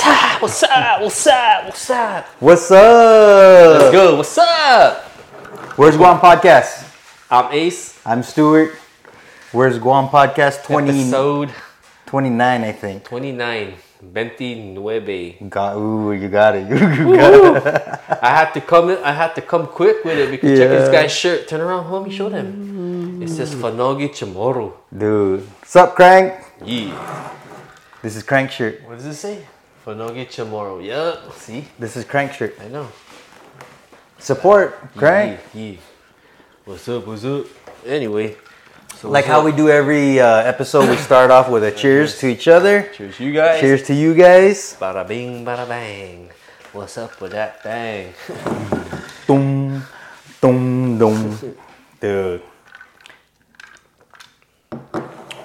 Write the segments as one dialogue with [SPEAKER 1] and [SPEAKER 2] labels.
[SPEAKER 1] What's up? What's up? What's up?
[SPEAKER 2] What's up?
[SPEAKER 1] What's good? What's up?
[SPEAKER 2] Where's Guam Podcast?
[SPEAKER 1] I'm Ace.
[SPEAKER 2] I'm Stuart. Where's Guam Podcast 20,
[SPEAKER 1] Episode
[SPEAKER 2] 29, I think.
[SPEAKER 1] 29. 29.
[SPEAKER 2] Got, ooh, you got it. You got it.
[SPEAKER 1] I had to come. I had to come quick with it because check
[SPEAKER 2] Yeah.
[SPEAKER 1] this guy's shirt. Turn around, let me show them. It says Fanogi Chamorro.
[SPEAKER 2] Dude. Sup, Crank?
[SPEAKER 1] Yeah.
[SPEAKER 2] This is Crank Shirt.
[SPEAKER 1] What does it say? Fanogi Chamorro. Yup. See,
[SPEAKER 2] This is Crank Shirt.
[SPEAKER 1] I know.
[SPEAKER 2] Support, Crank.
[SPEAKER 1] Yeah, yeah. What's up? What's up? Anyway. So
[SPEAKER 2] Like
[SPEAKER 1] what's
[SPEAKER 2] how
[SPEAKER 1] up?
[SPEAKER 2] we do every uh, episode, we start off with a cheers to each other.
[SPEAKER 1] Cheers, you guys.
[SPEAKER 2] Cheers to you guys.
[SPEAKER 1] Bada bing, bada bang. What's up with that thing?
[SPEAKER 2] Dum, dum, dum. Dude.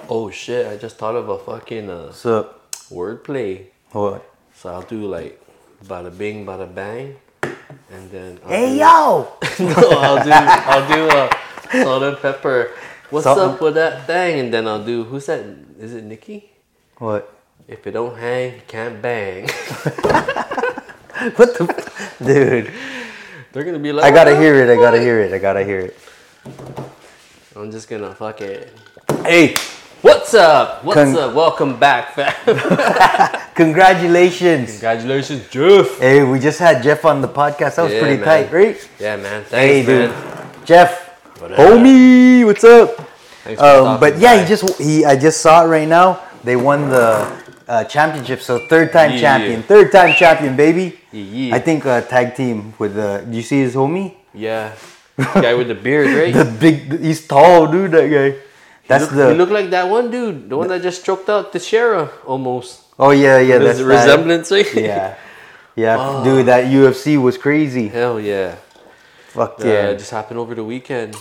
[SPEAKER 1] Oh shit! I just thought of a fucking uh,
[SPEAKER 2] What's up?
[SPEAKER 1] wordplay.
[SPEAKER 2] What?
[SPEAKER 1] So I'll do like bada bing, bada bang, and then I'll
[SPEAKER 2] Hey,
[SPEAKER 1] do-
[SPEAKER 2] yo!
[SPEAKER 1] no, I'll do I'll do a salt and pepper. What's
[SPEAKER 2] Salt and-
[SPEAKER 1] up with that thing? And then I'll do who's that? Is it Nikki?
[SPEAKER 2] What?
[SPEAKER 1] If it don't hang, can't bang.
[SPEAKER 2] What the? f- Dude.
[SPEAKER 1] They're gonna be like,
[SPEAKER 2] I gotta
[SPEAKER 1] "What
[SPEAKER 2] hear it.
[SPEAKER 1] the
[SPEAKER 2] I gotta
[SPEAKER 1] fuck?"
[SPEAKER 2] hear it. I gotta hear it.
[SPEAKER 1] I'm just gonna fuck it.
[SPEAKER 2] Hey,
[SPEAKER 1] What's up? What's
[SPEAKER 2] Con-
[SPEAKER 1] up? Welcome back, fam.
[SPEAKER 2] congratulations.
[SPEAKER 1] Congratulations, Jeff.
[SPEAKER 2] Hey, we just had Jeff on the podcast. That was
[SPEAKER 1] Yeah,
[SPEAKER 2] pretty
[SPEAKER 1] man.
[SPEAKER 2] tight, right?
[SPEAKER 1] Yeah, man. Thanks,
[SPEAKER 2] Hey, dude.
[SPEAKER 1] man.
[SPEAKER 2] Jeff,
[SPEAKER 1] Whatever.
[SPEAKER 2] homie, what's up?
[SPEAKER 1] Thanks for
[SPEAKER 2] Um, but
[SPEAKER 1] stopping
[SPEAKER 2] yeah,
[SPEAKER 1] by.
[SPEAKER 2] he just he. I just saw it right now. They won the uh, championship, so third time
[SPEAKER 1] Yeah.
[SPEAKER 2] champion, third time champion, baby.
[SPEAKER 1] Yeah.
[SPEAKER 2] I think uh, tag team with. Uh, do you see his homie?
[SPEAKER 1] Yeah. Guy with the beard, right?
[SPEAKER 2] The big. He's tall, dude. That guy. That's
[SPEAKER 1] look,
[SPEAKER 2] the.
[SPEAKER 1] you look like that one dude, the one that just choked out the sheriff almost.
[SPEAKER 2] oh yeah, yeah.
[SPEAKER 1] There's
[SPEAKER 2] That's
[SPEAKER 1] a
[SPEAKER 2] that.
[SPEAKER 1] resemblance, eh? right?
[SPEAKER 2] Yeah. Yeah,
[SPEAKER 1] Oh.
[SPEAKER 2] dude, that UFC was crazy.
[SPEAKER 1] Hell yeah.
[SPEAKER 2] Fuck
[SPEAKER 1] Uh,
[SPEAKER 2] yeah.
[SPEAKER 1] just happened over the weekend.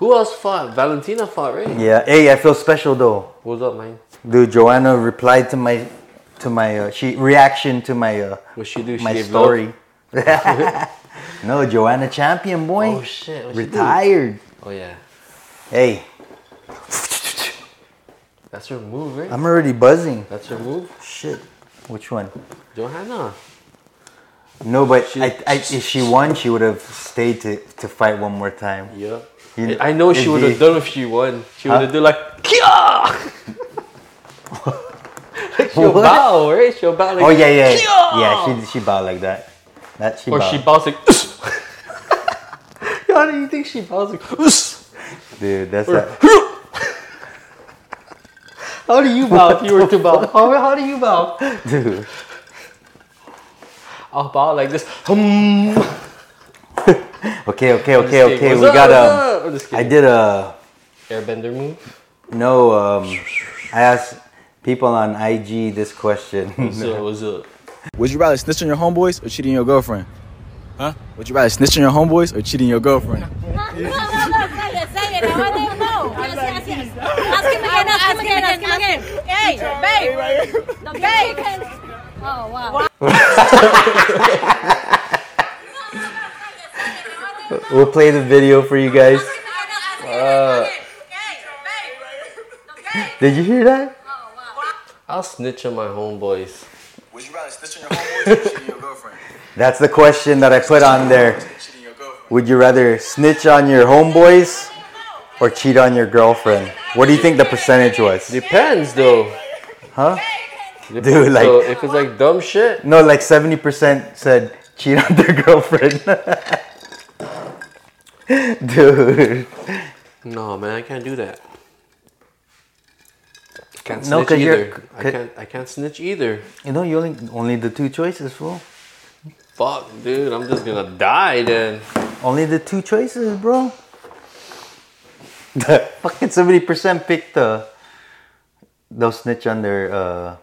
[SPEAKER 1] Who else fought? Valentina fought, right?
[SPEAKER 2] Yeah. Hey, I feel special though.
[SPEAKER 1] What's up, man?
[SPEAKER 2] Dude, Joanna replied to my to my uh, she reaction to my uh,
[SPEAKER 1] What she do? She
[SPEAKER 2] my
[SPEAKER 1] gave
[SPEAKER 2] story. no, Joanna champion boy.
[SPEAKER 1] Oh, shit, what she do?
[SPEAKER 2] Retired.
[SPEAKER 1] love? Oh yeah.
[SPEAKER 2] Hey,
[SPEAKER 1] That's her move, right?
[SPEAKER 2] I'm already buzzing.
[SPEAKER 1] That's her move?
[SPEAKER 2] Shit. Which one?
[SPEAKER 1] Johanna.
[SPEAKER 2] No, but
[SPEAKER 1] She-
[SPEAKER 2] I, I, if she won, she would have stayed to, to fight one more time.
[SPEAKER 1] Yeah.
[SPEAKER 2] You-
[SPEAKER 1] I I know she
[SPEAKER 2] it'd
[SPEAKER 1] would
[SPEAKER 2] be-
[SPEAKER 1] have done if she won. She would have done like Kia She'll
[SPEAKER 2] What?
[SPEAKER 1] bow, right? She'll bow like
[SPEAKER 2] Oh yeah, yeah,
[SPEAKER 1] "Kia!"
[SPEAKER 2] yeah. She she bowed like that. That she
[SPEAKER 1] Or
[SPEAKER 2] bowed.
[SPEAKER 1] she bows like. How do you think she bows like?
[SPEAKER 2] Dude, that's that.
[SPEAKER 1] How do you bow if you were to bow? How, how do you bow?
[SPEAKER 2] Dude.
[SPEAKER 1] I'll bow like this.
[SPEAKER 2] Okay, okay, okay,
[SPEAKER 1] Just kidding.
[SPEAKER 2] okay.
[SPEAKER 1] What's
[SPEAKER 2] We
[SPEAKER 1] up,
[SPEAKER 2] got
[SPEAKER 1] what's
[SPEAKER 2] um.
[SPEAKER 1] up? I'm just
[SPEAKER 2] I
[SPEAKER 1] kidding.
[SPEAKER 2] did a
[SPEAKER 1] Airbender move.
[SPEAKER 2] no. Um, I asked people on IG this question.
[SPEAKER 1] So it was a.
[SPEAKER 3] Would you rather snitch on your homeboys or cheating your girlfriend? Huh? Would you rather snitch on your homeboys or cheating your girlfriend?
[SPEAKER 4] No, no, no, say it, say it. Now I don't know. Ask him again, ask him again, ask him again. Hey, babe. Babe. Oh, wow.
[SPEAKER 2] we'll play the video for you guys. Did you hear that?
[SPEAKER 1] I'll snitch on my homeboys.
[SPEAKER 3] Would you rather snitch on your homeboys or cheating your girlfriend?
[SPEAKER 2] That's the question that I put on there.
[SPEAKER 3] Cheating your girlfriend.
[SPEAKER 2] Would you rather snitch on your homeboys or cheat on your girlfriend? What do you think the percentage was?
[SPEAKER 1] Depends though.
[SPEAKER 2] Huh?
[SPEAKER 1] Depends.
[SPEAKER 2] Dude, like-
[SPEAKER 1] so if it's like dumb shit,
[SPEAKER 2] No, like seventy percent said cheat on their girlfriend. Dude,
[SPEAKER 1] no man, I can't do that. I can't
[SPEAKER 2] No,
[SPEAKER 1] snitch
[SPEAKER 2] 'cause you're-
[SPEAKER 1] either. I can't. I can't snitch either.
[SPEAKER 2] you know you only only the two choices, fool.
[SPEAKER 1] Fuck, dude, I'm just gonna die then.
[SPEAKER 2] Only the two choices, bro. fucking seventy percent picked the they'll snitch on their uh,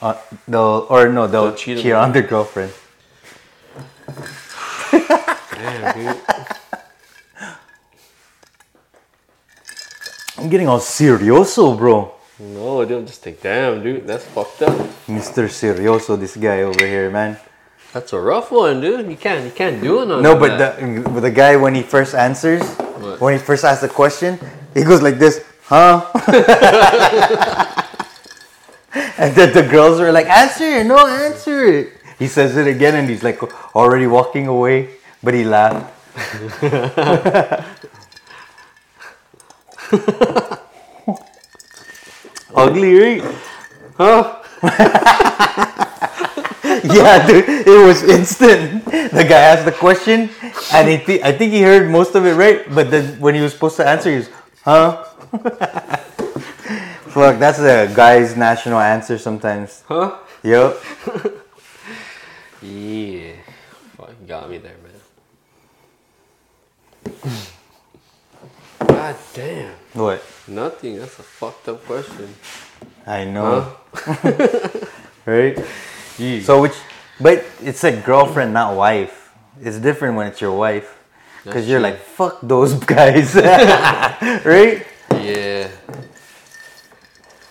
[SPEAKER 2] uh they'll or no they'll
[SPEAKER 1] They'll cheat
[SPEAKER 2] cheat
[SPEAKER 1] on
[SPEAKER 2] on their girlfriend.
[SPEAKER 1] Damn, dude.
[SPEAKER 2] I'm getting all serioso, bro.
[SPEAKER 1] No, dude, I'm just like, damn, dude, that's fucked up.
[SPEAKER 2] Mr. Serioso, this guy over here, man.
[SPEAKER 1] That's a rough one, dude. You can't, you can't do it on
[SPEAKER 2] No, but the the guy when he first answers, when he first asks the question, he goes like this, huh? And then the girls were like, answer, no, answer it. He says it again and he's like already walking away, but he laughed. Ugly, right?
[SPEAKER 1] Huh?
[SPEAKER 2] Yeah, dude, it was instant. The guy asked the question, and he thi- I think he heard most of it right, but then when he was supposed to answer, he was, huh? Fuck, that's a guy's national answer sometimes.
[SPEAKER 1] Huh?
[SPEAKER 2] Yup.
[SPEAKER 1] Yeah. Fuck, you got me there, man. God damn.
[SPEAKER 2] What?
[SPEAKER 1] Nothing. That's a fucked up question.
[SPEAKER 2] I know.
[SPEAKER 1] Huh?
[SPEAKER 2] Right? So, which, but it's like girlfriend, not wife. It's different when it's your wife. Because
[SPEAKER 1] That's
[SPEAKER 2] you're
[SPEAKER 1] true.
[SPEAKER 2] like, fuck those guys. right?
[SPEAKER 1] Yeah.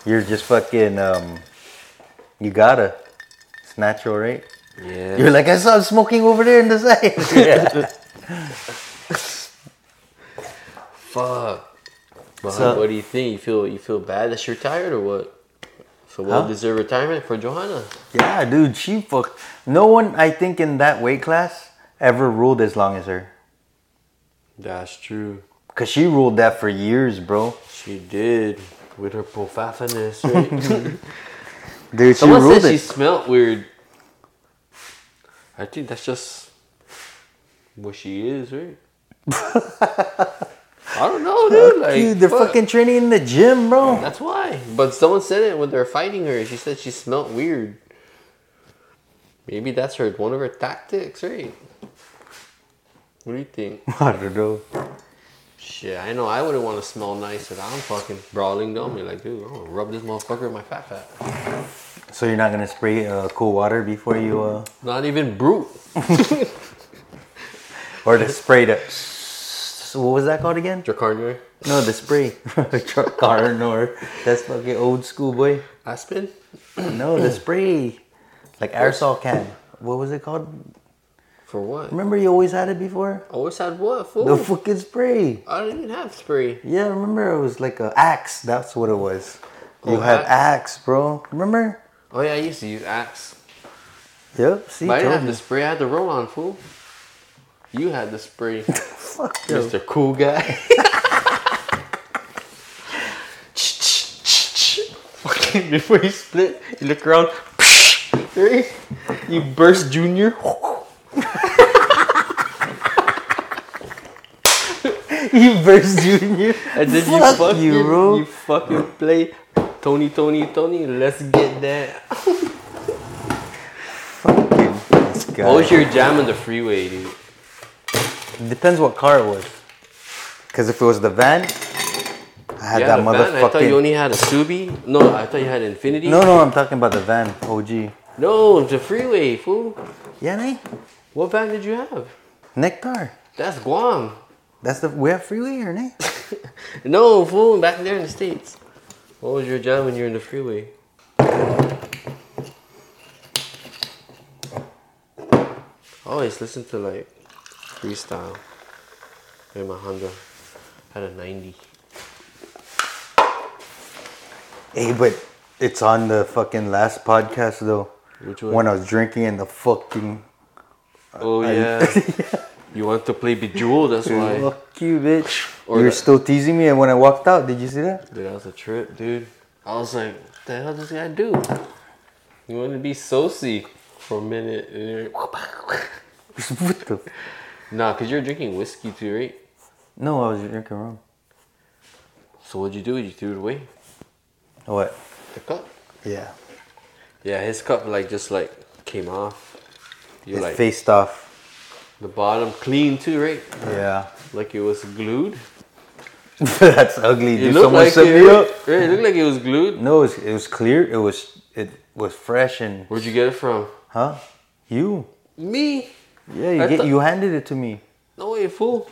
[SPEAKER 2] You're just fucking, um, you gotta. It's natural, right?
[SPEAKER 1] Yeah.
[SPEAKER 2] You're like, I saw him smoking over there in the side.
[SPEAKER 1] Fuck. But
[SPEAKER 2] So-
[SPEAKER 1] what do you think? You feel you feel bad that you're tired or what? So
[SPEAKER 2] Huh?
[SPEAKER 1] well deserved retirement for Johanna.
[SPEAKER 2] yeah, dude, she fucked. No one, I think, in that weight class ever ruled as long as her.
[SPEAKER 1] That's true.
[SPEAKER 2] Because she ruled that for years, bro.
[SPEAKER 1] She did with her profafiness. Right?
[SPEAKER 2] Dude, she
[SPEAKER 1] Someone
[SPEAKER 2] ruled
[SPEAKER 1] said she
[SPEAKER 2] it.
[SPEAKER 1] smelt weird. I think that's just what she is, right? I don't know, dude. Like,
[SPEAKER 2] Dude, they're
[SPEAKER 1] fuck.
[SPEAKER 2] fucking training in the gym, bro.
[SPEAKER 1] That's why. But someone said it when they were fighting her. She said she smelt weird. Maybe that's her one of her tactics, right? What do you think?
[SPEAKER 2] I don't know.
[SPEAKER 1] Shit, I know I wouldn't want to smell nice if I'm fucking brawling down me like, dude, I'm gonna rub this motherfucker with my fat fat.
[SPEAKER 2] So you're not gonna spray uh, cool water before you, uh,
[SPEAKER 1] Not even brute.
[SPEAKER 2] or the spray to. What was that called again?
[SPEAKER 1] Dracarnia.
[SPEAKER 2] No, the spray. Car or that's fucking old school, boy.
[SPEAKER 1] Aspen?
[SPEAKER 2] No, the spray, like aerosol can. What was it called?
[SPEAKER 1] For what?
[SPEAKER 2] Remember, you always had it before.
[SPEAKER 1] Always had what? Fool?
[SPEAKER 2] The fucking spray.
[SPEAKER 1] I don't even have spray.
[SPEAKER 2] Yeah, remember it was like a axe. That's what it was. You
[SPEAKER 1] Oh,
[SPEAKER 2] had
[SPEAKER 1] axe.
[SPEAKER 2] axe, bro. Remember?
[SPEAKER 1] Oh yeah, I used to use axe.
[SPEAKER 2] Yep. See,
[SPEAKER 1] But I didn't
[SPEAKER 2] told
[SPEAKER 1] have
[SPEAKER 2] you.
[SPEAKER 1] the spray, I had the roll on, fool. You had the spray.
[SPEAKER 2] Fuck you.
[SPEAKER 1] Mr. Cool Guy. Fucking before you split, you look around. right? You burst Junior.
[SPEAKER 2] You burst junior.
[SPEAKER 1] And then you
[SPEAKER 2] Fuck
[SPEAKER 1] fucking,
[SPEAKER 2] you, bro.
[SPEAKER 1] you fucking play Tony, Tony, Tony. Let's get that.
[SPEAKER 2] This guy.
[SPEAKER 1] What was your jam on the freeway, dude?
[SPEAKER 2] Depends what car it was. Cause if it was the van, I had
[SPEAKER 1] You had
[SPEAKER 2] that
[SPEAKER 1] a van?
[SPEAKER 2] motherfucking.
[SPEAKER 1] I thought you only had a Subi. No, I thought you had Infinity.
[SPEAKER 2] no, no, I'm talking about the van. OG.
[SPEAKER 1] No, the freeway, fool.
[SPEAKER 2] Yeah, nay.
[SPEAKER 1] What van did you have?
[SPEAKER 2] Nectar.
[SPEAKER 1] That's Guam.
[SPEAKER 2] That's the we have freeway or nay?
[SPEAKER 1] No, fool, back there in the States. What was your job when you were in the freeway? I always listen to like freestyle in my Honda. Had a 90.
[SPEAKER 2] Hey, but it's on the fucking last podcast though.
[SPEAKER 1] Which one?
[SPEAKER 2] When I was drinking and the fucking
[SPEAKER 1] Oh, yeah. you want to play Bejeweled, that's why.
[SPEAKER 2] fuck you, bitch.
[SPEAKER 1] Or
[SPEAKER 2] You're
[SPEAKER 1] the-
[SPEAKER 2] still teasing me, and when I walked out, did you see that?
[SPEAKER 1] Dude, that was a trip, dude. I was like, what the hell does this guy do? You want to be saucy for a minute. and you're like,
[SPEAKER 2] what the? F-
[SPEAKER 1] nah, because you're drinking whiskey too, right?
[SPEAKER 2] no, I was drinking rum.
[SPEAKER 1] So what'd you do? You threw it away?
[SPEAKER 2] What?
[SPEAKER 1] The cup?
[SPEAKER 2] Yeah.
[SPEAKER 1] Yeah, his cup like just like came off. You
[SPEAKER 2] It
[SPEAKER 1] like
[SPEAKER 2] faced off.
[SPEAKER 1] the bottom clean too, right?
[SPEAKER 2] Yeah.
[SPEAKER 1] Like it was glued.
[SPEAKER 2] That's ugly,
[SPEAKER 1] It
[SPEAKER 2] dude.
[SPEAKER 1] looked
[SPEAKER 2] Someone
[SPEAKER 1] like
[SPEAKER 2] set
[SPEAKER 1] it,
[SPEAKER 2] me
[SPEAKER 1] right?
[SPEAKER 2] up.
[SPEAKER 1] Right, it looked like it was glued.
[SPEAKER 2] No, it was, it was clear. It was it was fresh and
[SPEAKER 1] Where'd you get it from?
[SPEAKER 2] huh? You?
[SPEAKER 1] Me?
[SPEAKER 2] Yeah, you
[SPEAKER 1] I
[SPEAKER 2] get,
[SPEAKER 1] thought-
[SPEAKER 2] you handed it to me
[SPEAKER 1] No way, fool.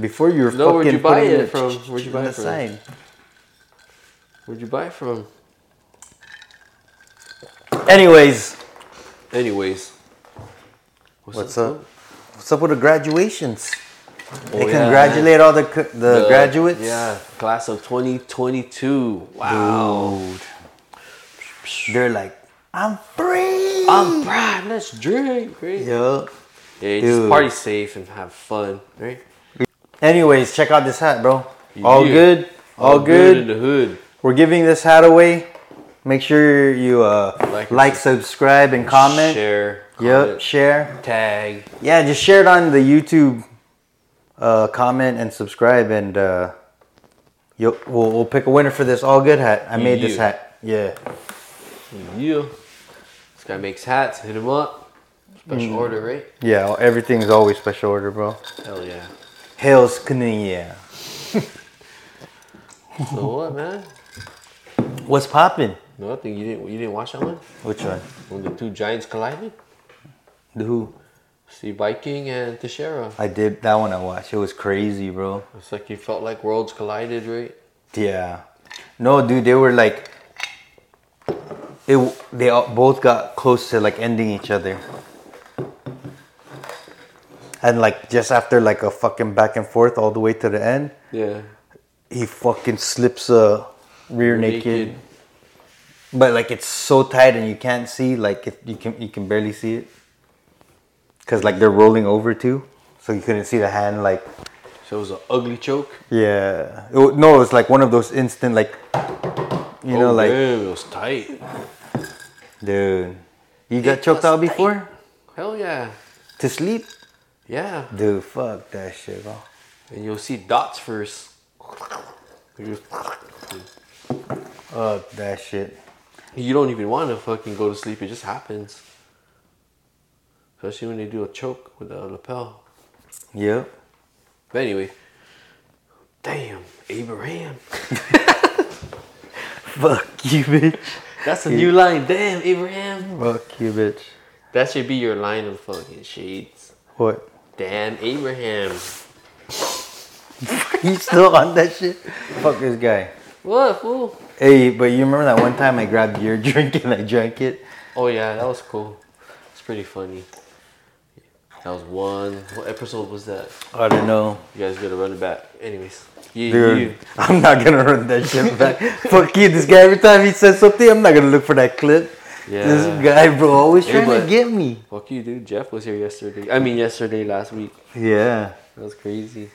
[SPEAKER 2] before you were
[SPEAKER 1] No, where'd
[SPEAKER 2] fucking
[SPEAKER 1] you buy
[SPEAKER 2] putting
[SPEAKER 1] it
[SPEAKER 2] the
[SPEAKER 1] from?
[SPEAKER 2] ch- ch-
[SPEAKER 1] Where'd you
[SPEAKER 2] ch-
[SPEAKER 1] buy
[SPEAKER 2] on
[SPEAKER 1] it
[SPEAKER 2] the
[SPEAKER 1] from?
[SPEAKER 2] Side.
[SPEAKER 1] Where'd you buy it from?
[SPEAKER 2] Anyways,
[SPEAKER 1] Anyways.
[SPEAKER 2] what's up? What's up with the graduations?
[SPEAKER 1] Oh,
[SPEAKER 2] they
[SPEAKER 1] yeah, Uh,
[SPEAKER 2] congratulate all the c- the,
[SPEAKER 1] The-
[SPEAKER 2] graduates.
[SPEAKER 1] Yeah, class of 2022. Wow.
[SPEAKER 2] They're like, I'm free.
[SPEAKER 1] I'm proud. Let's drink. Right? Yeah.
[SPEAKER 2] Yo.
[SPEAKER 1] just
[SPEAKER 2] Dude.
[SPEAKER 1] party safe and have fun. Right?
[SPEAKER 2] Anyways, check out this hat, bro. All
[SPEAKER 1] Yeah.
[SPEAKER 2] good. All, good.
[SPEAKER 1] in the hood.
[SPEAKER 2] We're giving this hat away. Make sure you uh,
[SPEAKER 1] Like
[SPEAKER 2] like,
[SPEAKER 1] and
[SPEAKER 2] subscribe, and comment.
[SPEAKER 1] Share.
[SPEAKER 2] Yep,
[SPEAKER 1] comment,
[SPEAKER 2] share.
[SPEAKER 1] Tag.
[SPEAKER 2] Yeah, just share it on the YouTube. Uh, comment and subscribe, and uh, you'll, we'll, we'll pick a winner for this all good hat. I made this
[SPEAKER 1] Yeah.
[SPEAKER 2] hat. Yeah.
[SPEAKER 1] Yeah. This guy makes hats. Hit him up. Special
[SPEAKER 2] Mm.
[SPEAKER 1] order, right?
[SPEAKER 2] Yeah, everything's always special order, bro.
[SPEAKER 1] Hell yeah.
[SPEAKER 2] Hails Kanye.
[SPEAKER 1] So what, man?
[SPEAKER 2] What's poppin'?
[SPEAKER 1] Nothing. You didn't. You didn't watch that one?
[SPEAKER 2] Which one?
[SPEAKER 1] When the two giants collided.
[SPEAKER 2] The Who?
[SPEAKER 1] Steve Viking and Teixeira.
[SPEAKER 2] I did that one. I watched. It was crazy, bro.
[SPEAKER 1] It's like you felt like worlds collided, right?
[SPEAKER 2] Yeah. No, dude, they were like, it. They all, both got close to like ending each other, and like just after like a fucking back and forth all the way to the end,
[SPEAKER 1] Yeah.
[SPEAKER 2] he fucking slips a rear naked.
[SPEAKER 1] Naked.
[SPEAKER 2] but like it's so tight and you can't see. Like it, you can you can barely see it, cause like they're rolling over too, so you couldn't see the hand like.
[SPEAKER 1] So it was an ugly choke.
[SPEAKER 2] Yeah. It, wa- no, it's like one of those instant, like, you know,
[SPEAKER 1] oh,
[SPEAKER 2] like,
[SPEAKER 1] damn, it was tight.
[SPEAKER 2] dude, you got
[SPEAKER 1] It
[SPEAKER 2] choked
[SPEAKER 1] was
[SPEAKER 2] out before
[SPEAKER 1] Hell yeah.
[SPEAKER 2] to sleep?
[SPEAKER 1] Yeah.
[SPEAKER 2] Dude, fuck that shit, bro.
[SPEAKER 1] And you'll see dots first. You
[SPEAKER 2] Fuck that shit.
[SPEAKER 1] you don't even want to fucking go to sleep. It just happens. Especially when they do a choke with a lapel.
[SPEAKER 2] Yep.
[SPEAKER 1] But anyway. Damn, Abraham.
[SPEAKER 2] Fuck you, bitch.
[SPEAKER 1] That's a new line. Damn, Abraham.
[SPEAKER 2] Fuck you, bitch.
[SPEAKER 1] That should be your line of fucking shades.
[SPEAKER 2] What?
[SPEAKER 1] Damn, Abraham.
[SPEAKER 2] You still on that shit? Fuck this guy.
[SPEAKER 1] What, fool?
[SPEAKER 2] Hey, but you remember that one time I grabbed your drink and I drank it?
[SPEAKER 1] Oh yeah, that was cool. It's pretty funny. That was one. What episode was that?
[SPEAKER 2] I don't know.
[SPEAKER 1] You guys gotta run it back. Anyways, yeah,
[SPEAKER 2] Dude,
[SPEAKER 1] you.
[SPEAKER 2] I'm not gonna run that shit back. Fuck you, this guy. Every time he says something, I'm not gonna look for that clip. This
[SPEAKER 1] Yeah.
[SPEAKER 2] guy, bro, always trying
[SPEAKER 1] Everybody-
[SPEAKER 2] to get me.
[SPEAKER 1] Fuck you, dude. Jeff was here yesterday. I mean, yesterday last week.
[SPEAKER 2] Yeah,
[SPEAKER 1] That was crazy.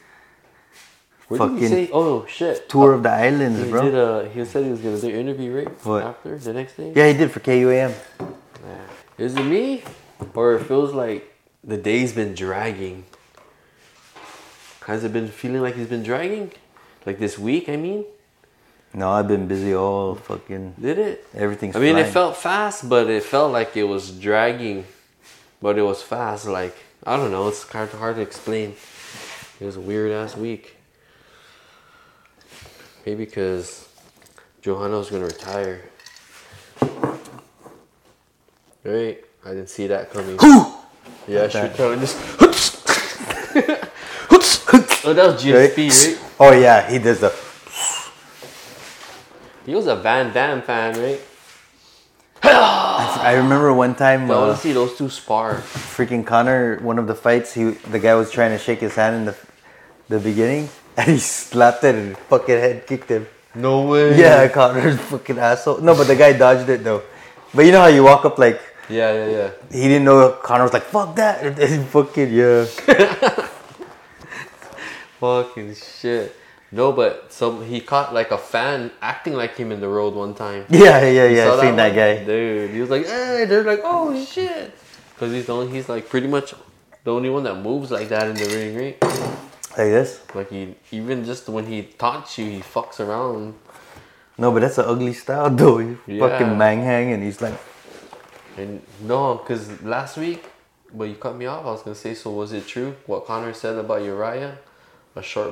[SPEAKER 1] What did
[SPEAKER 2] Fucking
[SPEAKER 1] he say? Oh shit.
[SPEAKER 2] tour of the islands,
[SPEAKER 1] He
[SPEAKER 2] bro.
[SPEAKER 1] did a. He said he was gonna do an interview right
[SPEAKER 2] What?
[SPEAKER 1] after the next day.
[SPEAKER 2] yeah, he did for KUAM.
[SPEAKER 1] Is it me, or it feels like the day's been dragging? Has it been feeling like he's been dragging? Like this week, I mean.
[SPEAKER 2] No, I've been busy all fucking.
[SPEAKER 1] Did it?
[SPEAKER 2] Everything's
[SPEAKER 1] I mean, it
[SPEAKER 2] flying.
[SPEAKER 1] felt fast, but it felt like it was dragging. But it was fast. Like I don't know. It's kind of hard to explain. It was a weird ass week. Maybe because Johanna's gonna retire. Right? I didn't see that coming.
[SPEAKER 2] Who?
[SPEAKER 1] Yeah, I should
[SPEAKER 2] that.
[SPEAKER 1] tell. Just. oh, that was GSP, right?
[SPEAKER 2] Oh yeah, he does the.
[SPEAKER 1] He was a Van Damme fan, right?
[SPEAKER 2] I remember one time,
[SPEAKER 1] I
[SPEAKER 2] uh,
[SPEAKER 1] want to see those two spar.
[SPEAKER 2] freaking Connor, one of the fights, he the guy was trying to shake his hand in the, the beginning, and he slapped it and fucking head kicked him.
[SPEAKER 1] No way.
[SPEAKER 2] Yeah, Connor's fucking asshole. No, but the guy dodged it though. But you know how you walk up like
[SPEAKER 1] Yeah, yeah, yeah.
[SPEAKER 2] he didn't know Connor was like fuck that and then fucking yeah.
[SPEAKER 1] Fucking shit. No, but some he caught like a fan acting like him in the road one time.
[SPEAKER 2] Yeah, yeah,
[SPEAKER 1] You
[SPEAKER 2] yeah.
[SPEAKER 1] saw
[SPEAKER 2] I seen that,
[SPEAKER 1] one?
[SPEAKER 2] guy.
[SPEAKER 1] Dude, he was like, hey, they're like, oh shit. Because he's the only, he's like pretty much the only one that moves like that in the ring, right?
[SPEAKER 2] Like this?
[SPEAKER 1] Like he, even just when he taunts you, he fucks around.
[SPEAKER 2] No, but that's an ugly style though. He
[SPEAKER 1] Yeah.
[SPEAKER 2] fucking mang hang and he's like
[SPEAKER 1] And no, because last week, but you cut me off, I was going to say, so was it true what Connor said about Uriah? A short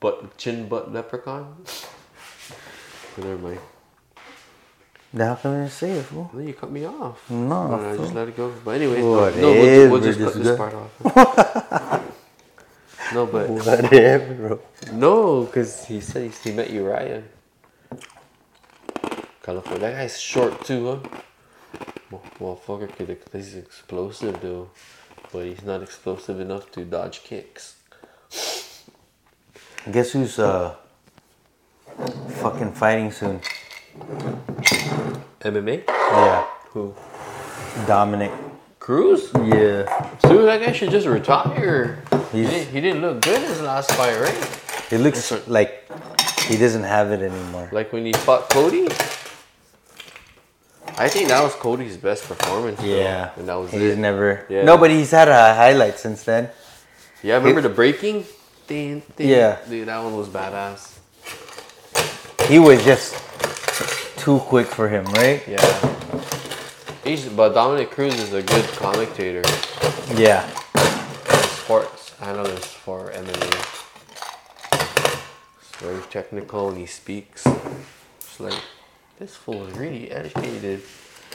[SPEAKER 1] butt, chin butt leprechaun? Never mind.
[SPEAKER 2] "Now how come you say it, fool?
[SPEAKER 1] Well, you cut me off.
[SPEAKER 2] No,
[SPEAKER 1] Well, I just let it go. But anyways,
[SPEAKER 2] Whatever,
[SPEAKER 1] no, no, we'll, we'll just cut
[SPEAKER 2] just
[SPEAKER 1] this
[SPEAKER 2] go.
[SPEAKER 1] part off. no, but
[SPEAKER 2] Whatever, bro.
[SPEAKER 1] no, because he said he, he met Uriah. Colorful. That guy's short too, huh? Well, Motherfucker, could ex- he's explosive though, but he's not explosive enough to dodge kicks.
[SPEAKER 2] Guess who's uh fucking fighting soon?
[SPEAKER 1] MMA?
[SPEAKER 2] Yeah.
[SPEAKER 1] Who?
[SPEAKER 2] Dominic.
[SPEAKER 1] Cruz?
[SPEAKER 2] Yeah.
[SPEAKER 1] Dude, that guy should just retire. He
[SPEAKER 2] He's-
[SPEAKER 1] didn't, he didn't look good his last fight, right?
[SPEAKER 2] He looks like he doesn't have it anymore.
[SPEAKER 1] Like when he fought Cody. I think that was Cody's best performance. though,
[SPEAKER 2] Yeah.
[SPEAKER 1] and that was
[SPEAKER 2] he's
[SPEAKER 1] it.
[SPEAKER 2] never.
[SPEAKER 1] Yeah.
[SPEAKER 2] No, but he's had a highlight since then.
[SPEAKER 1] yeah, remember the breaking? Ding, ding.
[SPEAKER 2] Yeah.
[SPEAKER 1] Dude, that one was badass.
[SPEAKER 2] He was just too quick for him, right?
[SPEAKER 1] Yeah. He's, but Dominic Cruz is a good commentator.
[SPEAKER 2] Yeah.
[SPEAKER 1] Sports analyst for MMA. He's very technical and he speaks. It's like, this fool is really educated.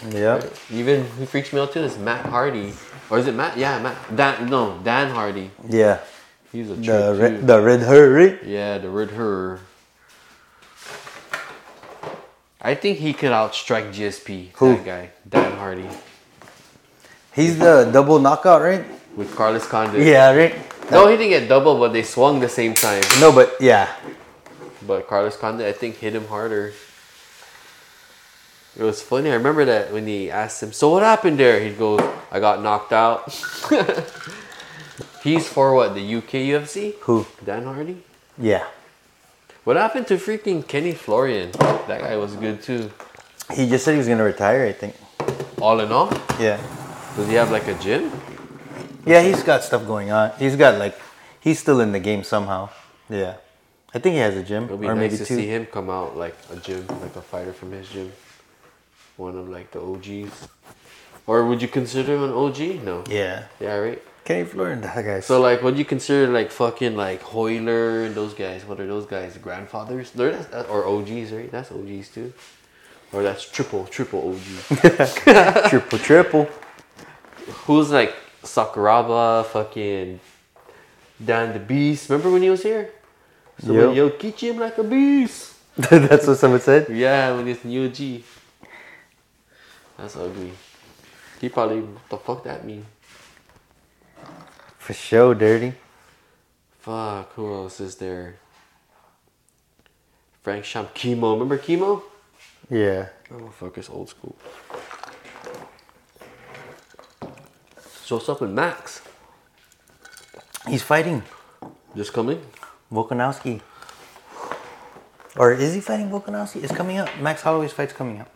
[SPEAKER 2] Yeah.
[SPEAKER 1] Even who freaks me out too is Matt Hardy, or is it Matt? Yeah, Matt. Dan, no, Dan Hardy.
[SPEAKER 2] Yeah.
[SPEAKER 1] He's a trip
[SPEAKER 2] The
[SPEAKER 1] too.
[SPEAKER 2] red, the red hurry.
[SPEAKER 1] yeah, the red her. I think he could outstrike GSP.
[SPEAKER 2] Who?
[SPEAKER 1] That guy, Dan Hardy,
[SPEAKER 2] He's the double knockout, right?
[SPEAKER 1] with Carlos Condit.
[SPEAKER 2] Yeah, right.
[SPEAKER 1] No, he didn't get double, but they swung the same time.
[SPEAKER 2] No, but yeah,
[SPEAKER 1] But Carlos Condit, I think, hit him harder. It was funny. I remember that when he asked him, "So what happened there?" He goes, "I got knocked out." He's for what the UK UFC?
[SPEAKER 2] Who?
[SPEAKER 1] Dan Hardy.
[SPEAKER 2] yeah.
[SPEAKER 1] What happened to freaking Kenny Florian? That guy was good too.
[SPEAKER 2] He just said he was gonna retire. I think.
[SPEAKER 1] All in all,
[SPEAKER 2] Yeah.
[SPEAKER 1] does he have like a gym?
[SPEAKER 2] Yeah, he's got stuff going on. He's got like, he's still in the game somehow. Yeah. I think he has a gym,
[SPEAKER 1] It would be
[SPEAKER 2] or
[SPEAKER 1] nice
[SPEAKER 2] maybe
[SPEAKER 1] to
[SPEAKER 2] two.
[SPEAKER 1] see him come out like a gym, like a fighter from his gym. One of like the OGs. Or would you consider him an OG? No.
[SPEAKER 2] Yeah.
[SPEAKER 1] Yeah, right.
[SPEAKER 2] Kenny Florin, that guy.
[SPEAKER 1] So like, what do you consider like fucking like Hoyler and those guys? What are those guys? Grandfathers? They're that's, that, or OGs, right? That's OGs too. Or that's triple, triple OG.
[SPEAKER 2] triple, triple.
[SPEAKER 1] Who's like Sakuraba, fucking Dan the Beast? Remember when he was here? So
[SPEAKER 2] Yep.
[SPEAKER 1] yo, catch him like a beast.
[SPEAKER 2] That's what someone said.
[SPEAKER 1] Yeah, when it's new G. That's ugly. He probably what the fuck that mean?
[SPEAKER 2] For sure, dirty.
[SPEAKER 1] Fuck, who else is there? Frank Champ Chemo. Remember Chemo?
[SPEAKER 2] Yeah.
[SPEAKER 1] Oh fuck, it's old school. So what's up with Max?
[SPEAKER 2] He's fighting
[SPEAKER 1] Just coming?
[SPEAKER 2] Volkanovski. Or is he fighting Volkanovski? It's coming up. Max Holloway's fight's coming up.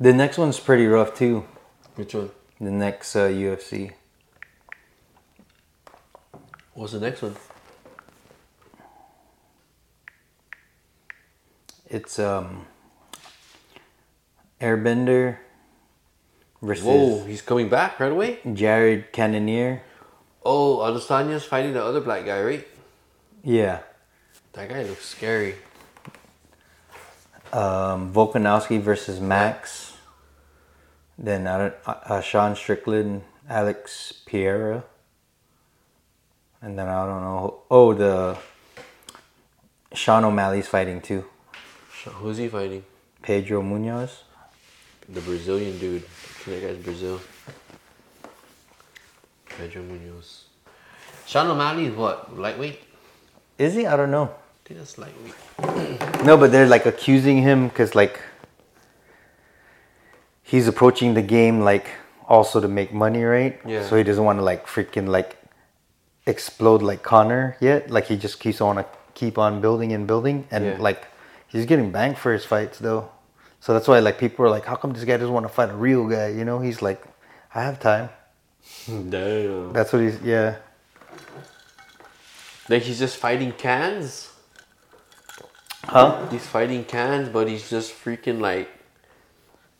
[SPEAKER 2] The next one's pretty rough too.
[SPEAKER 1] Which one?
[SPEAKER 2] The next uh, UFC.
[SPEAKER 1] What's the next one?
[SPEAKER 2] It's um Airbender versus
[SPEAKER 1] Whoa, he's coming back right away?
[SPEAKER 2] Jared Cannonier.
[SPEAKER 1] Oh, Adesanya's fighting the other black guy, right?
[SPEAKER 2] Yeah.
[SPEAKER 1] That guy looks scary.
[SPEAKER 2] Um, Volkanovski versus Max. Then I don't, uh, uh, Sean Strickland, Alex Piera. And then I don't know. Oh, the Sean O'Malley's fighting too.
[SPEAKER 1] Sh- Who's he fighting?
[SPEAKER 2] Pedro Munoz.
[SPEAKER 1] The Brazilian dude. That guy's Brazil. Pedro Munoz. Sean O'Malley is what? Lightweight?
[SPEAKER 2] Is he? I don't know.
[SPEAKER 1] I think that's lightweight.
[SPEAKER 2] No, but they're like accusing him because like he's approaching the game like also to make money, right?
[SPEAKER 1] Yeah.
[SPEAKER 2] So he doesn't want to like freaking like explode like Connor yet. Like he just keeps on keep on building and building, and
[SPEAKER 1] Yeah.
[SPEAKER 2] like he's getting banged for his fights though. So that's why like people are like, how come this guy doesn't want to fight a real guy? You know, he's like, I have time.
[SPEAKER 1] Damn.
[SPEAKER 2] That's what he's yeah.
[SPEAKER 1] Like he's just fighting cans?
[SPEAKER 2] Huh?
[SPEAKER 1] He's fighting cans, but he's just freaking like,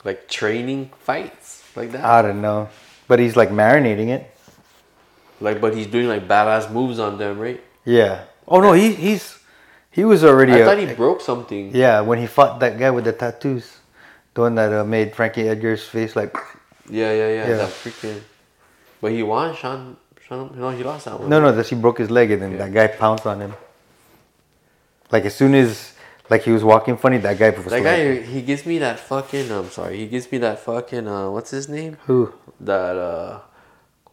[SPEAKER 1] like training fights like that.
[SPEAKER 2] I don't know, but he's like marinating it.
[SPEAKER 1] like, but he's doing like badass moves on them, right?
[SPEAKER 2] Yeah. Oh no, he he's he was already.
[SPEAKER 1] I
[SPEAKER 2] a-
[SPEAKER 1] thought he broke something. Yeah,
[SPEAKER 2] Yeah, when he fought that guy with the tattoos, the one that uh, made Frankie Edgar's face like.
[SPEAKER 1] yeah, yeah.
[SPEAKER 2] Yeah.
[SPEAKER 1] That freaking. But he won, Sean. Sean. No, he lost that one.
[SPEAKER 2] No, no, that he broke his leg and then
[SPEAKER 1] Yeah.
[SPEAKER 2] that guy pounced on him. Like as soon as like he was walking funny, that guy was
[SPEAKER 1] That
[SPEAKER 2] like,
[SPEAKER 1] guy, he gives me that fucking. I'm sorry. He gives me that fucking. Uh, what's his name?
[SPEAKER 2] who?
[SPEAKER 1] That uh,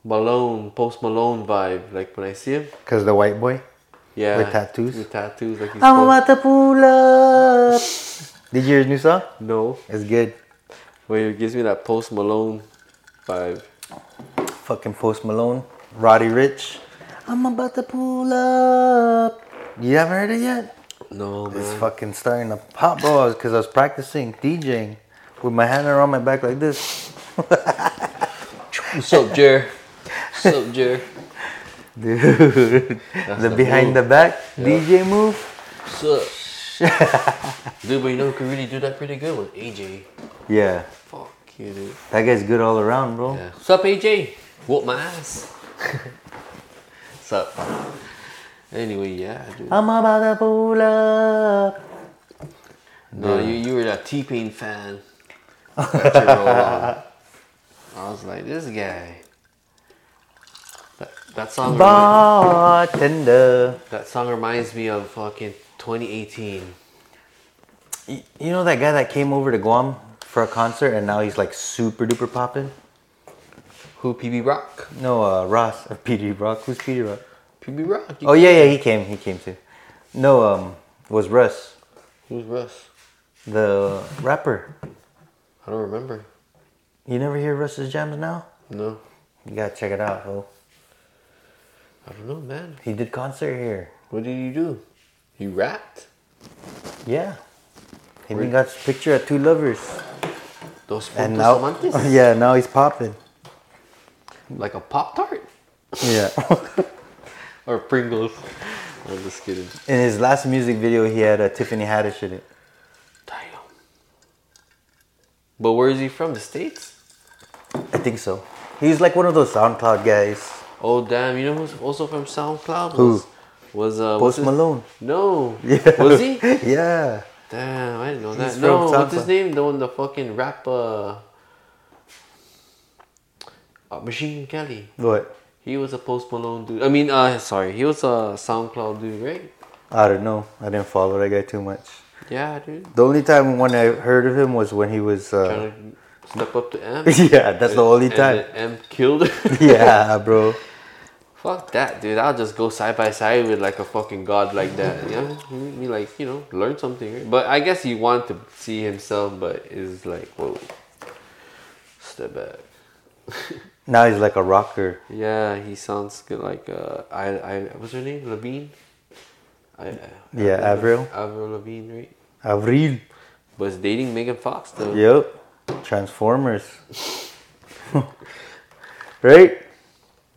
[SPEAKER 1] Malone, Post Malone vibe. Like when I see him,
[SPEAKER 2] Because the white boy.
[SPEAKER 1] yeah,
[SPEAKER 2] With tattoos?
[SPEAKER 1] with tattoos. Like he's
[SPEAKER 2] I'm
[SPEAKER 1] Post-
[SPEAKER 2] about to pull up. Did you hear his new song?
[SPEAKER 1] No.
[SPEAKER 2] It's good.
[SPEAKER 1] But it gives me that Post Malone vibe.
[SPEAKER 2] Fucking Post Malone, Roddy Rich. I'm about to pull up. You haven't heard it yet?
[SPEAKER 1] No, man.
[SPEAKER 2] It's fucking starting to pop, bro. Because I was practicing DJing with my hand around my back like this.
[SPEAKER 1] What's up, Jer? What's up, Jer?
[SPEAKER 2] Dude, the,
[SPEAKER 1] the
[SPEAKER 2] behind
[SPEAKER 1] move.
[SPEAKER 2] the back
[SPEAKER 1] Yeah.
[SPEAKER 2] DJ move.
[SPEAKER 1] What's up? Dude, but you know who could really do that pretty good was AJ.
[SPEAKER 2] Yeah,
[SPEAKER 1] Fuck you, dude.
[SPEAKER 2] that guy's good all around, bro.
[SPEAKER 1] Yeah. What's up, AJ? Whoop my ass. What's up? Anyway, yeah, dude.
[SPEAKER 2] I'm about to pull up.
[SPEAKER 1] No, you, you were that T Pain fan. Got your roll on. I was like, this guy. That, that song. Remi-
[SPEAKER 2] Bartender.
[SPEAKER 1] that song reminds me of fucking 2018.
[SPEAKER 2] Y- You know that guy that came over to Guam for a concert and now he's like super duper popping?
[SPEAKER 1] Who? PB Rock.
[SPEAKER 2] No, uh, Ross of PD Rock. Who's PD Rock?
[SPEAKER 1] PB Rock. you-
[SPEAKER 2] Oh yeah, yeah, he came. He came too. No, um, it was Russ,
[SPEAKER 1] Who's Russ?
[SPEAKER 2] the rapper.
[SPEAKER 1] I don't remember.
[SPEAKER 2] You never hear Russ's jams now?
[SPEAKER 1] No.
[SPEAKER 2] You gotta check it out, bro.
[SPEAKER 1] I don't know, man.
[SPEAKER 2] He did concert here.
[SPEAKER 1] What did you do? You rapped?
[SPEAKER 2] Yeah. He
[SPEAKER 1] Where-
[SPEAKER 2] even got his picture at Two Lovers.
[SPEAKER 1] Those
[SPEAKER 2] And
[SPEAKER 1] photos
[SPEAKER 2] now,
[SPEAKER 1] amantes?
[SPEAKER 2] yeah, now he's popping.
[SPEAKER 1] Like a Pop Tart?
[SPEAKER 2] Yeah.
[SPEAKER 1] Or Pringles? I'm just kidding.
[SPEAKER 2] In his last music video, he had uh, Tiffany Haddish in it.
[SPEAKER 1] Damn. But where is he from? The States?
[SPEAKER 2] I think so. He's like one of those SoundCloud guys.
[SPEAKER 1] Oh damn! You know who's also from SoundCloud?
[SPEAKER 2] Who?
[SPEAKER 1] Was, was uh, what's
[SPEAKER 2] Post
[SPEAKER 1] his-
[SPEAKER 2] Malone.
[SPEAKER 1] No. Was he?
[SPEAKER 2] yeah.
[SPEAKER 1] Damn, I didn't know that.
[SPEAKER 2] from
[SPEAKER 1] No, what's his
[SPEAKER 2] SoundCloud.
[SPEAKER 1] name? The one, the fucking rap, uh, uh, Machine Kelly.
[SPEAKER 2] What?
[SPEAKER 1] He was a Post Malone dude. I mean, uh, sorry, he was a SoundCloud dude, right?
[SPEAKER 2] I don't know. I didn't follow that guy too much.
[SPEAKER 1] Yeah, dude.
[SPEAKER 2] The only time when I heard of him was when he was. Uh,
[SPEAKER 1] Trying to step up to M.
[SPEAKER 2] yeah, that's the only
[SPEAKER 1] And
[SPEAKER 2] time.
[SPEAKER 1] then M killed. her.
[SPEAKER 2] yeah, bro.
[SPEAKER 1] Fuck that, dude. I'll just go side by side with like a fucking god like that. You know, You mean, like you know, learn something. Right? But I guess you want to see himself, but it's like, whoa, step back.
[SPEAKER 2] Now he's like a rocker.
[SPEAKER 1] Yeah, he sounds good. Like uh, I, I, what's her name? Levine. I, I,
[SPEAKER 2] Yeah, Avril.
[SPEAKER 1] Avril Levine, right?
[SPEAKER 2] Avril.
[SPEAKER 1] Was dating Megan Fox though.
[SPEAKER 2] Yep. Transformers. right?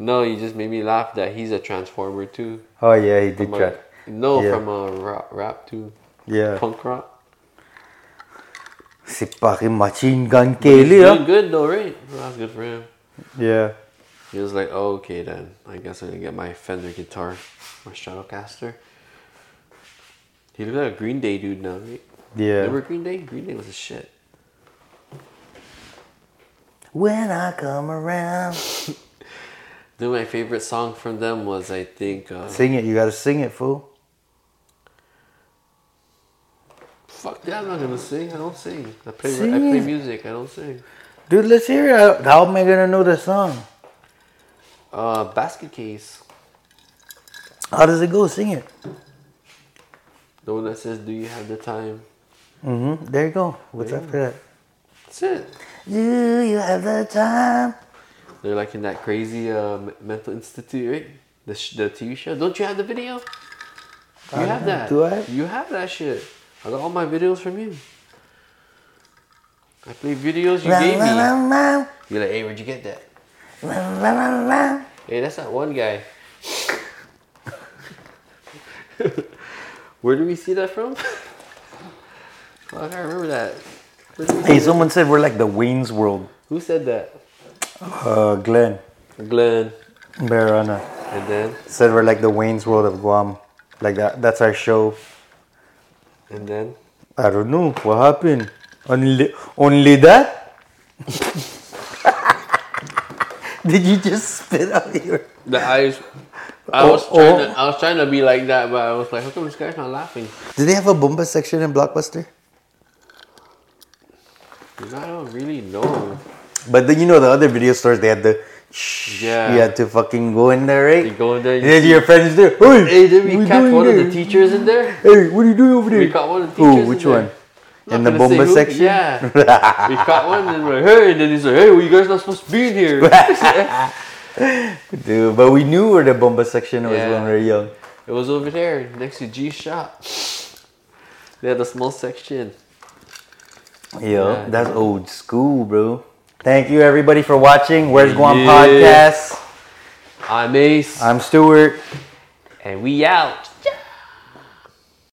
[SPEAKER 1] No, you just made me laugh that he's a transformer too.
[SPEAKER 2] Oh yeah, he did
[SPEAKER 1] From a-
[SPEAKER 2] try.
[SPEAKER 1] no,
[SPEAKER 2] Yeah.
[SPEAKER 1] from a rap, rap to
[SPEAKER 2] Yeah.
[SPEAKER 1] punk rock.
[SPEAKER 2] C'est pas une machine gun
[SPEAKER 1] He's
[SPEAKER 2] Kelly,
[SPEAKER 1] doing
[SPEAKER 2] huh?
[SPEAKER 1] good though, right? Well, that's good for him.
[SPEAKER 2] Yeah.
[SPEAKER 1] He was like, oh, okay then. I guess I'm gonna get my Fender guitar, my Stratocaster. He looked like a Green Day dude now, right? Remember
[SPEAKER 2] Yeah.
[SPEAKER 1] Green Day? Green Day was a shit.
[SPEAKER 2] When I come around.
[SPEAKER 1] Then my favorite song from them was, I think, uh,
[SPEAKER 2] Sing it. You gotta sing it, fool.
[SPEAKER 1] fuck that, I'm not gonna sing. I don't sing. I play,
[SPEAKER 2] Sing
[SPEAKER 1] I play
[SPEAKER 2] it.
[SPEAKER 1] music. I don't sing.
[SPEAKER 2] Dude, let's hear it. How am I gonna know the song?
[SPEAKER 1] Uh, Basket Case.
[SPEAKER 2] How does it go? Sing it.
[SPEAKER 1] The one that says, do you have the time?
[SPEAKER 2] Mm-hmm. There you go. What's after that?
[SPEAKER 1] That's it.
[SPEAKER 2] Do you have the time?
[SPEAKER 1] They're like in that crazy uh, m- mental institute, right? The, sh- the TV show. Don't you have the video? You
[SPEAKER 2] I
[SPEAKER 1] have
[SPEAKER 2] don't-
[SPEAKER 1] that.
[SPEAKER 2] do I?
[SPEAKER 1] You have that shit. I got all my videos from you. I play videos you
[SPEAKER 2] La,
[SPEAKER 1] gave
[SPEAKER 2] la,
[SPEAKER 1] me.
[SPEAKER 2] la, la.
[SPEAKER 1] You're like, hey, where'd you get that?
[SPEAKER 2] La, la, la, la.
[SPEAKER 1] Hey, that's that one guy. Where do we see that from? Fuck, I remember that. Where did we
[SPEAKER 2] Hey,
[SPEAKER 1] see that?
[SPEAKER 2] someone said we're like the Wayne's World.
[SPEAKER 1] Who said that?
[SPEAKER 2] Uh, Glenn
[SPEAKER 1] Glenn.
[SPEAKER 2] Barana
[SPEAKER 1] And then,
[SPEAKER 2] said we're like the Wayne's World of Guam. Like that. That's our show.
[SPEAKER 1] and then.
[SPEAKER 2] I don't know what happened. Only, only that? Did you just spit out your?
[SPEAKER 1] The eyes. I
[SPEAKER 2] Oh,
[SPEAKER 1] was trying
[SPEAKER 2] oh.
[SPEAKER 1] to. I was trying to be like that, but I was like, "How come this guy's not laughing?"
[SPEAKER 2] Do they have a Bumba section in Blockbuster?
[SPEAKER 1] Because I don't really know.
[SPEAKER 2] But then you know the other video stores they had the. shh,
[SPEAKER 1] Yeah.
[SPEAKER 2] You had to fucking go in there, right?
[SPEAKER 1] You go in there.
[SPEAKER 2] And
[SPEAKER 1] You
[SPEAKER 2] then
[SPEAKER 1] see-
[SPEAKER 2] your friends there. Hey,
[SPEAKER 1] hey, did
[SPEAKER 2] what
[SPEAKER 1] we
[SPEAKER 2] you
[SPEAKER 1] catch
[SPEAKER 2] doing
[SPEAKER 1] one of
[SPEAKER 2] there?
[SPEAKER 1] the teachers in there?
[SPEAKER 2] Hey, what are you doing over there?
[SPEAKER 1] We caught one of the
[SPEAKER 2] Who?
[SPEAKER 1] teachers in
[SPEAKER 2] Which
[SPEAKER 1] there.
[SPEAKER 2] one? in the
[SPEAKER 1] Gonna say
[SPEAKER 2] Bumba
[SPEAKER 1] who-
[SPEAKER 2] section?
[SPEAKER 1] Yeah. we caught one and we're like, hey, and then he's like, hey, well, you guys not supposed to be in here. it
[SPEAKER 2] Dude, but we knew where the Bumba section was
[SPEAKER 1] Yeah.
[SPEAKER 2] when we were young.
[SPEAKER 1] was over there next to G Shop. They had a small section.
[SPEAKER 2] Yo,
[SPEAKER 1] Yeah.
[SPEAKER 2] that's old school, bro. Thank you everybody for watching. Where's Guam
[SPEAKER 1] Yeah.
[SPEAKER 2] Podcast?
[SPEAKER 1] I'm Ace.
[SPEAKER 2] I'm Stuart.
[SPEAKER 1] and we out.